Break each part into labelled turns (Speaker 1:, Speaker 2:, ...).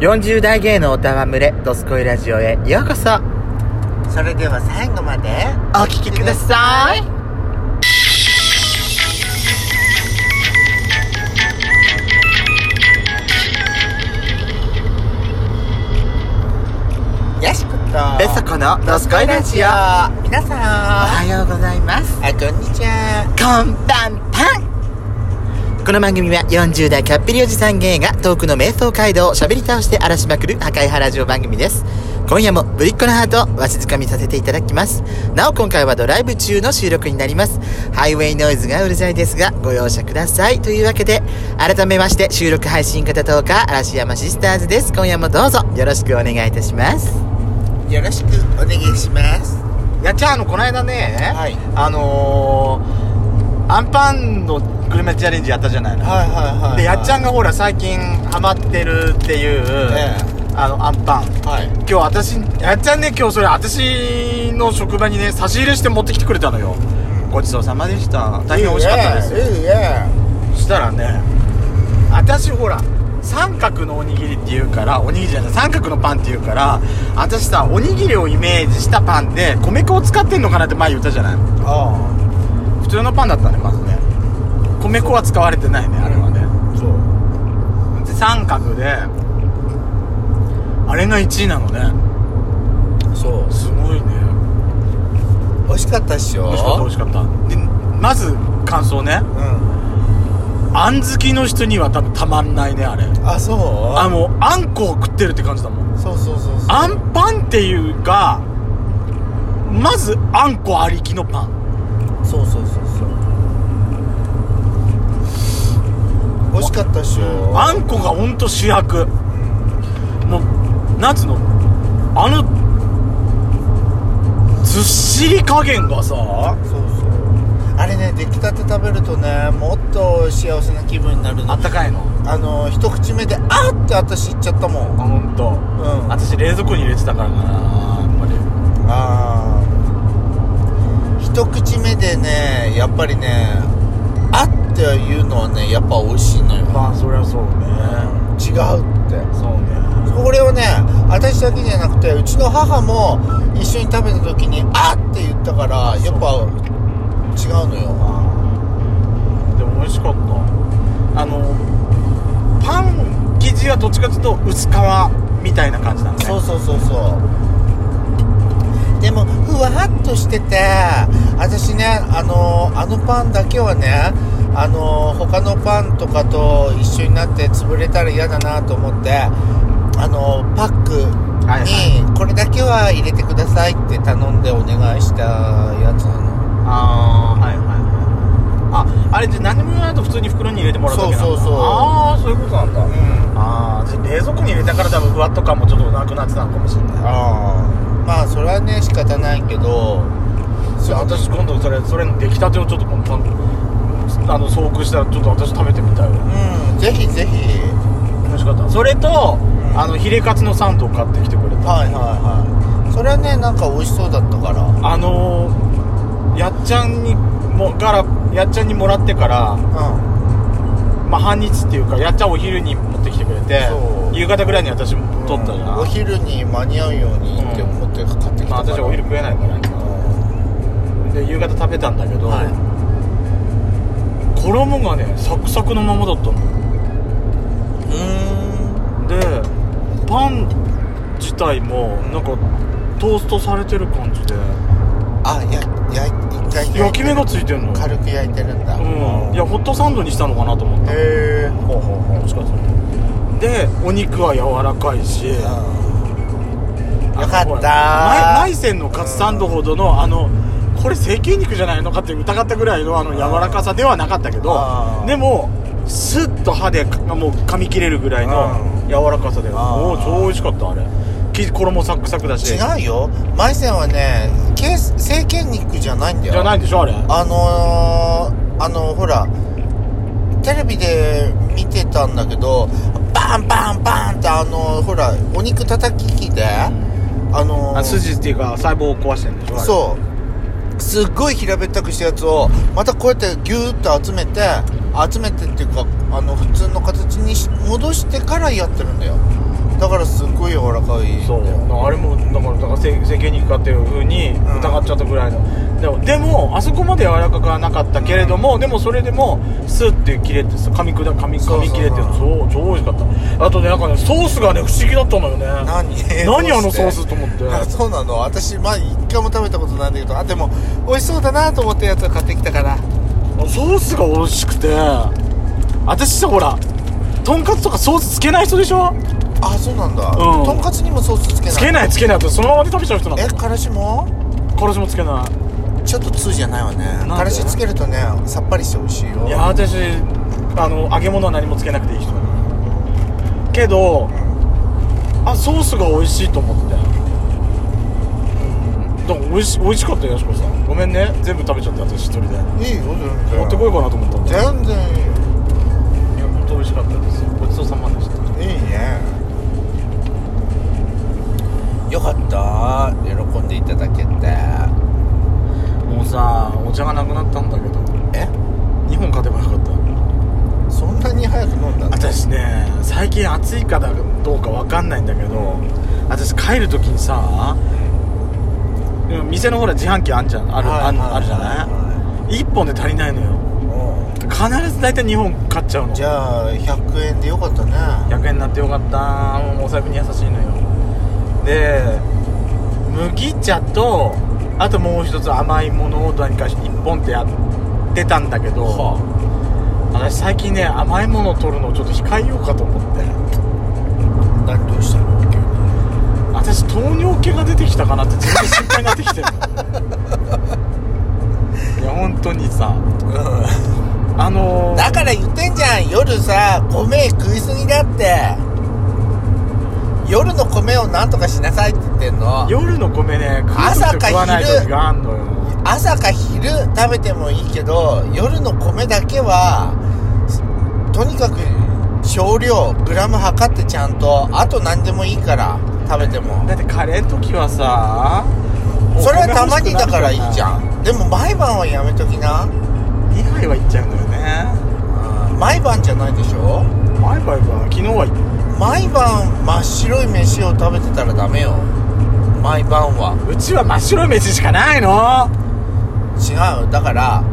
Speaker 1: 40代芸能歌は群れ、ドスコイラジオへようこそ
Speaker 2: それでは最後まで
Speaker 1: お聞きください
Speaker 2: よしこと
Speaker 1: ベソコのドスコイラジオ
Speaker 2: 皆さん
Speaker 1: おはようございます
Speaker 2: あこんにちは
Speaker 1: こんばんぱんこの番組は40代キャッピリおじさん芸が遠くの瞑想街道を喋り倒して荒らしまくる破壊派ラジオ番組です今夜もぶりっ子のハートをわしづかみさせていただきますなお今回はドライブ中の収録になりますハイウェイノイズがうるさいですがご容赦くださいというわけで改めまして収録配信型10日嵐山シスターズです今夜もどうぞよろしくお願いいたします
Speaker 2: よろしくお願いします
Speaker 1: やっちゃんあのこの間ね、
Speaker 2: はい
Speaker 1: あのー、アンパンのグルメチャレンジやったじゃないの、
Speaker 2: はいはいはいはい
Speaker 1: でやっちゃんがほら最近ハマってるっていう、
Speaker 2: え
Speaker 1: あのアンパン
Speaker 2: はい
Speaker 1: 今日私やっちゃんね今日それ私の職場にね差し入れして持ってきてくれたのよごちそうさまでした大変美味しかったですよ
Speaker 2: いいね
Speaker 1: そしたらね私ほら三角のおにぎりっていうからおにぎりじゃない三角のパンっていうから私さおにぎりをイメージしたパンで米粉を使ってんのかなって前言ったじゃない
Speaker 2: あ
Speaker 1: 普通のパンだったねまずね米粉は使われてないねあれはね
Speaker 2: あそう
Speaker 1: で三角であれが1位なのね
Speaker 2: そう
Speaker 1: すごいね
Speaker 2: 美味しかったっしょ
Speaker 1: 美味しかった美味しかったでまず感想ね
Speaker 2: うん
Speaker 1: あん好きの人には多分たまんないねあれ
Speaker 2: あそう
Speaker 1: あもうあんこを食ってるって感じだもん
Speaker 2: そうそうそうそう
Speaker 1: あんパンっていうかまずあんこありきのパン
Speaker 2: そうそうそうそう美味しかったっしょ
Speaker 1: あんこがほんと主役もうなんつうのあのずっしり加減がさ
Speaker 2: そうそうあれね出来たて食べるとねもっと幸せな気分になるの
Speaker 1: あったかいの
Speaker 2: あの一口目で「あっ!」って私言っちゃったもん
Speaker 1: あほんと
Speaker 2: うんあ
Speaker 1: 私冷蔵庫に入れてたからかなやっぱり
Speaker 2: あー一口目でねやっぱりね「あっ!」っていうのはねやっぱ美味しいのよ
Speaker 1: まあそりゃそうね
Speaker 2: 違うって
Speaker 1: そうね
Speaker 2: これをね私だけじゃなくてうちの母も一緒に食べた時に「あっ!」って言ったからやっぱ違うのよ
Speaker 1: でも美味しかったあのパン生地はどっちかっていうと薄皮みたいな感じなんね
Speaker 2: そうそうそうそうでもふわっとしてて私ねあのあのパンだけはねあの他のパンとかと一緒になって潰れたら嫌だなと思ってあのパック
Speaker 1: はいは
Speaker 2: にこれだけは入れてくださいって頼んでお願いしたやつなの
Speaker 1: ああはいはいはいああれって何も言わないと普通に袋に入れてもらうだけなんだ
Speaker 2: そうそうそう
Speaker 1: ああそういうことなんだ、ああじゃあ冷蔵庫に入れたから多分ふわっと感もちょっとなくなってたのかもしれない
Speaker 2: ああまあそれはね仕方ないけど
Speaker 1: じゃあ私今度それそれの出来たてをちょっと今度あの遭遇したらちょっと私食べてみたいわ
Speaker 2: うんぜひぜひ
Speaker 1: 美味しかったそれと、
Speaker 2: ん
Speaker 1: あのヒレカツのサンドを買ってきてくれた
Speaker 2: はいはいはいそれはねなんか美味しそうだったから
Speaker 1: あのー、やっちゃんにもからやっちゃんにもらってから
Speaker 2: う
Speaker 1: まあ半日っていうかやっちゃんお昼に持ってきてくれて
Speaker 2: そう
Speaker 1: 夕方ぐらいに私も取ったじゃん、
Speaker 2: お昼に間に合うようにって思って買ってきたから、
Speaker 1: まあ私はお昼食えないから今で夕方食べたんだけど、
Speaker 2: は
Speaker 1: 衣がねサクサクのままだったの
Speaker 2: いうん
Speaker 1: でパン自体もなんかトーストされてる感じで
Speaker 2: あやや一回
Speaker 1: 焼き目がついてんのよ
Speaker 2: 軽く焼いてるんだ
Speaker 1: うんいやホットサンドにしたのかなと思った
Speaker 2: へえほうほうほう
Speaker 1: もしかしたらでお肉は柔らかいしよ
Speaker 2: よかった
Speaker 1: 内戦のカツサンドほどのあのこれ成形肉じゃないのかって疑ったぐらいのあの柔らかさではなかったけど
Speaker 2: あー
Speaker 1: でもスッと歯でかもう噛み切れるぐらいの
Speaker 2: う
Speaker 1: 柔らかさで
Speaker 2: あー
Speaker 1: もう超美味しかったあれ生地衣サックサクだし
Speaker 2: 違うよマイセンはねけい成形肉じゃないんだよ
Speaker 1: じゃないでしょあれあ
Speaker 2: あのー、あのほらテレビで見てたんだけどバンバンバンってあのほらお肉叩き器であのー、
Speaker 1: 筋っていうか細胞を壊してるんでしょあれ
Speaker 2: そうすっごい平べったくしたやつをまたこうやってギューッと集めて集めてっていうかあの普通の形にし戻してからやってるんだよだだからすっごい柔らかいんだ
Speaker 1: そう
Speaker 2: よ
Speaker 1: あれもだからだから整整形に行くかっていうふうに
Speaker 2: ん
Speaker 1: 疑っちゃったぐらいの、でもでもあそこまで柔らかくはなかったけれども、でもそれでもスッて切れてさ噛み砕噛み
Speaker 2: そ
Speaker 1: 噛
Speaker 2: うそう
Speaker 1: み
Speaker 2: そう
Speaker 1: 切れてそう超美味しかったあとねなんかねソースがね不思議だったのよね
Speaker 2: 何
Speaker 1: 何あの
Speaker 2: どうして
Speaker 1: ソースと思って
Speaker 2: あそうなの私まあ一回も食べたことないんだけどあでも美味しそうだなと思ったやつを買ってきたから
Speaker 1: ソースが美味しくて私さほらとんかつとかソースつけない人でしょ
Speaker 2: あそうなんだ、
Speaker 1: うん
Speaker 2: とんかつにもソースつけない
Speaker 1: つけないつけないとそのままで食べちゃう人なの
Speaker 2: えからしも
Speaker 1: これもつけない
Speaker 2: ちょっと通じゃないわね
Speaker 1: んで
Speaker 2: からしつけるとねさっぱりして美味しいよ
Speaker 1: いや私あの揚げ物は何もつけなくていい人だからけどあソースが美味しいと思ってうんだから美味し美味しかったよやしこさんごめんね全部食べちゃって私一人で
Speaker 2: いいよ全然
Speaker 1: 持ってこようかなと思ったんだいや
Speaker 2: 全然いいよ
Speaker 1: 本当美味しかったですごちそうさまでした
Speaker 2: いいねよかった喜んでいただけて
Speaker 1: もうさお茶がなくなったんだけど
Speaker 2: え
Speaker 1: 2本買てばよかった
Speaker 2: そんなに早く飲んだの
Speaker 1: 私ね最近暑いかどうかわかんないんだけど私帰る時にさでも店のほら自販機あんじゃんある,、
Speaker 2: はい
Speaker 1: あん
Speaker 2: はい
Speaker 1: あるじゃない1本で足りないのよ
Speaker 2: うん
Speaker 1: 必ず大体2本買っちゃうの
Speaker 2: じゃあ100円でよかったね
Speaker 1: 100円になってよかったもうお財布に優しいのよで麦茶とあともう一つ甘いものを何か1本ってやってたんだけど、私最近ね甘いものを取るのをちょっと控えようかと思って
Speaker 2: 何どうしたの急に
Speaker 1: 私糖尿系が出てきたかなって全然心配になってき てるいや本当にさあのー
Speaker 2: だから言ってんじゃん夜さ米食いすぎだって夜の米をなんとかしなさいって言ってんの
Speaker 1: 夜の米ね食う
Speaker 2: 朝か
Speaker 1: 時と食わない
Speaker 2: 昼
Speaker 1: 時があんのよ
Speaker 2: 朝か昼食べてもいいけど夜の米だけはとにかく少量グラム測ってちゃんとあと何でもいいから食べても
Speaker 1: だってカレーの時はさ
Speaker 2: それはたまにだからいいじゃ
Speaker 1: ん
Speaker 2: んでも毎晩はやめときな
Speaker 1: 2杯はいっちゃうんだよね
Speaker 2: 毎晩じゃないでしょ
Speaker 1: 毎晩か昨日は
Speaker 2: 毎晩真っ白い飯を食べてたらダメよ毎晩は
Speaker 1: うちは真っ白い飯しかないの
Speaker 2: 違うだから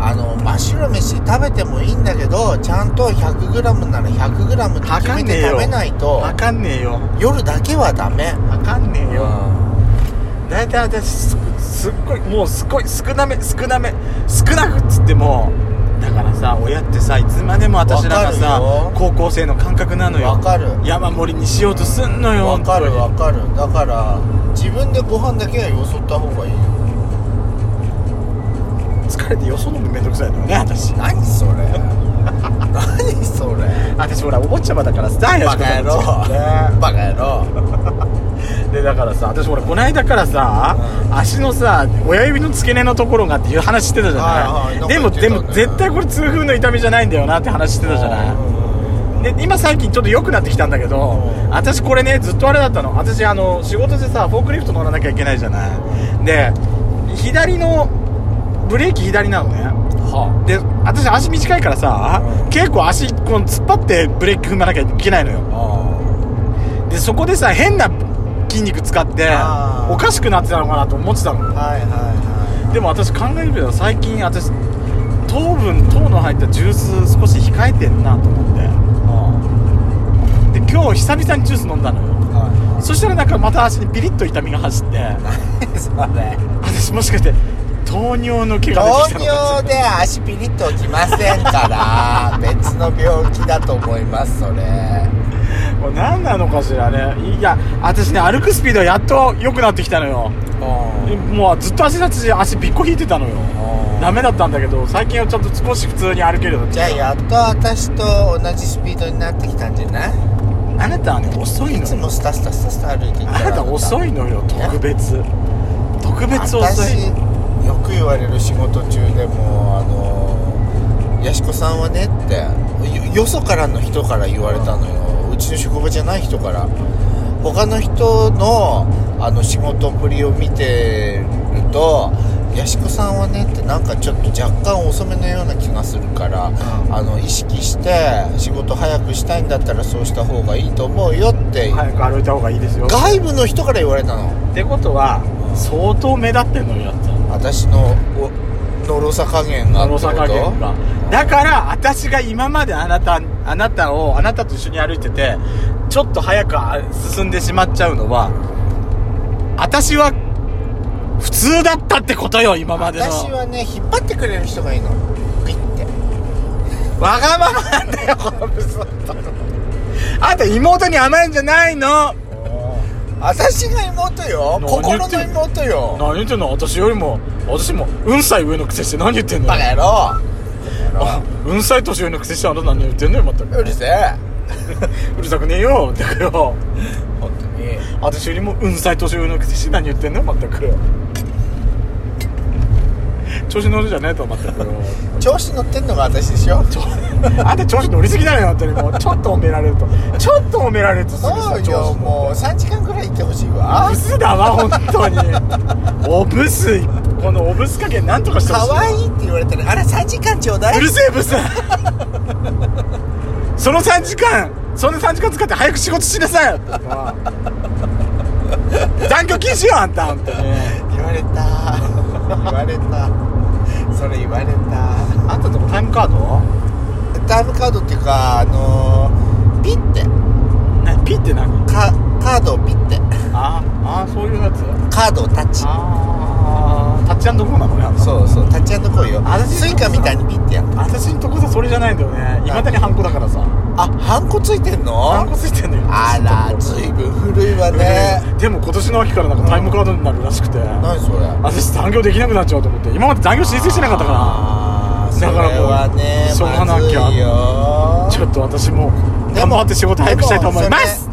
Speaker 2: あの真っ白飯食べてもいいんだけどちゃんと 100g なら 100g って決
Speaker 1: 測
Speaker 2: め
Speaker 1: んねえ
Speaker 2: て
Speaker 1: よ
Speaker 2: 食べないと
Speaker 1: わかんねえよ
Speaker 2: 夜だけはダメ
Speaker 1: わかんねえよ
Speaker 2: う
Speaker 1: 大体私すすっごいもうすっごい少なめ少なめ少なくっつってもだからさ親ってさいつまでも私らがさ
Speaker 2: わかる
Speaker 1: 高校生の感覚なの
Speaker 2: んわ
Speaker 1: よ
Speaker 2: かる
Speaker 1: 山盛りにしようとすんのよ
Speaker 2: わかるわ
Speaker 1: 本
Speaker 2: かるだから自分でご飯だけはよそった方がいいよ
Speaker 1: 当に疲れてよそのもめんどくさいのよね私
Speaker 2: 何そ れ何それ
Speaker 1: 私ほらお坊ちゃまだからさ
Speaker 2: バカ野郎バカ野郎
Speaker 1: でだからさ私ほらこないだからさ、足のさ親指の付け根のところがっていう話してたじゃ
Speaker 2: はい
Speaker 1: ない,、
Speaker 2: はいなんか
Speaker 1: で
Speaker 2: 言
Speaker 1: も
Speaker 2: ってた
Speaker 1: で
Speaker 2: ね
Speaker 1: も絶対これ痛風の痛みじゃないんだよなって話してたじゃないで今最近ちょっと良くなってきたんだけど
Speaker 2: うん
Speaker 1: 私これねずっとあれだったの私あの仕事でさフォークリフト乗らなきゃいけないじゃないで左のブレーキ左なのね
Speaker 2: は
Speaker 1: で私足短いからさ
Speaker 2: うん
Speaker 1: 結構足この突っ張ってブレーキ踏まなきゃいけないのよ
Speaker 2: あ
Speaker 1: でそこでさ変な筋肉使って
Speaker 2: あー
Speaker 1: おかしくなってたのかなと思ってたの
Speaker 2: はいはいは
Speaker 1: でも私考えるけど最近私糖分糖の入ったジュース少し控えてんなと思っ
Speaker 2: いは
Speaker 1: てで今日久々にジュース飲んだのよ
Speaker 2: いは
Speaker 1: そしたらなんかまた足にピリッと痛みが走って
Speaker 2: いそれ
Speaker 1: 私もしかして糖尿の毛が
Speaker 2: 糖
Speaker 1: 出てきたのか
Speaker 2: 尿で足ピリッときませんから 別の病気だと思いますそれ
Speaker 1: もう何なのかしらねいや私ね歩くスピードはやっと良くなってきたのよもうずっと足立ち足びっこ引いてたのよダメだったんだけど最近はちょっと少し普通に歩けるようになってき
Speaker 2: じ
Speaker 1: た
Speaker 2: ゃあやっと私と同じスピードになってきたんじゃない
Speaker 1: あなたはね遅い
Speaker 2: い
Speaker 1: の
Speaker 2: つ
Speaker 1: よ
Speaker 2: もスタスタスタスタ歩いてい
Speaker 1: あなた遅
Speaker 2: い
Speaker 1: いのよ特別特別遅
Speaker 2: 私
Speaker 1: い
Speaker 2: よく言われる仕事中でもあのやしこさんはねってよよそからの人から言われたのようちの職場じゃない人から他の人のあの仕事っぷりを見てるとヤシコさんはねってなんかちょっと若干遅めのような気がするから、
Speaker 1: ん
Speaker 2: あの意識して仕事早くしたいんだったらそうした方がいいと思うよって、
Speaker 1: 早く歩いた方がいいですよ
Speaker 2: 外部の人から言われたの
Speaker 1: ってことは相当目立ってんのよやった
Speaker 2: 私のおのろさ加減が
Speaker 1: のろさ加減がだから私が今まであなたあなたをあなたと一緒に歩いててちょっと早くあ進んでしまっちゃうのは私は普通だったってことよ今までの
Speaker 2: 私はね引っ張ってくれる人がいいのピッ て
Speaker 1: わがままなんだよこのブス男あんた妹に甘えんじゃないの
Speaker 2: 私が妹よ
Speaker 1: 何
Speaker 2: 心
Speaker 1: 言ってん
Speaker 2: の
Speaker 1: の
Speaker 2: 妹よ
Speaker 1: 何言ってんの私よりも私もうんさい上のくせして何言ってんの
Speaker 2: バカ野郎
Speaker 1: あうんさい年上のくせしてあんた何言ってんのよまった く
Speaker 2: うるせえ
Speaker 1: うるさくねえよだからよ
Speaker 2: 本当に
Speaker 1: 私よりもうんさい年上のくせして何言ってんのよまったく調子乗るじゃねえとまったくよ
Speaker 2: 調子乗ってんのが私でしょ
Speaker 1: ちょあんた調子乗りすぎだよ本当にもうちょっと褒められるとちょっと褒められるとすぐさ
Speaker 2: そう
Speaker 1: 調
Speaker 2: よ
Speaker 1: 子乗る
Speaker 2: もう3時間ぐらい行ってほしいわ
Speaker 1: ブスだわ本当におブスこのおブス加減なんとかしてほしい
Speaker 2: 可愛いって言われたらあれ3時間ちょうだ
Speaker 1: う
Speaker 2: い
Speaker 1: るせえブスその3時間その3時間使って早く仕事しなさいよ残業禁止よあんた本当に
Speaker 2: 言われた言われたそれ言われた
Speaker 1: あんたとこタイムカード
Speaker 2: タイムカードっていうかあのー、ピッて
Speaker 1: なピって何
Speaker 2: かカードをピッて
Speaker 1: ああそういうやつ
Speaker 2: カードをタッチ
Speaker 1: ああタッチゴーなのねあんた
Speaker 2: そうそうタッチ来いよ
Speaker 1: 私
Speaker 2: スイカみたいにピッてやる
Speaker 1: 私んとこさそれじゃないんだよねいまだにハンコだからさ
Speaker 2: あハンコついてん
Speaker 1: ハン
Speaker 2: の
Speaker 1: コついてんのよ
Speaker 2: あらずいぶん古いわね
Speaker 1: でも今年の秋からなんかタイムカードになるらしくて、
Speaker 2: 何それ
Speaker 1: 私残業できなくなっちゃうと思って今まで残業申請してなかったか
Speaker 2: あーそれ
Speaker 1: だからもう
Speaker 2: はね
Speaker 1: しょうがなきゃ
Speaker 2: まずいよ
Speaker 1: らちょっと私もう
Speaker 2: で
Speaker 1: 頑
Speaker 2: も
Speaker 1: 張って仕事早くしたいと思いま
Speaker 2: です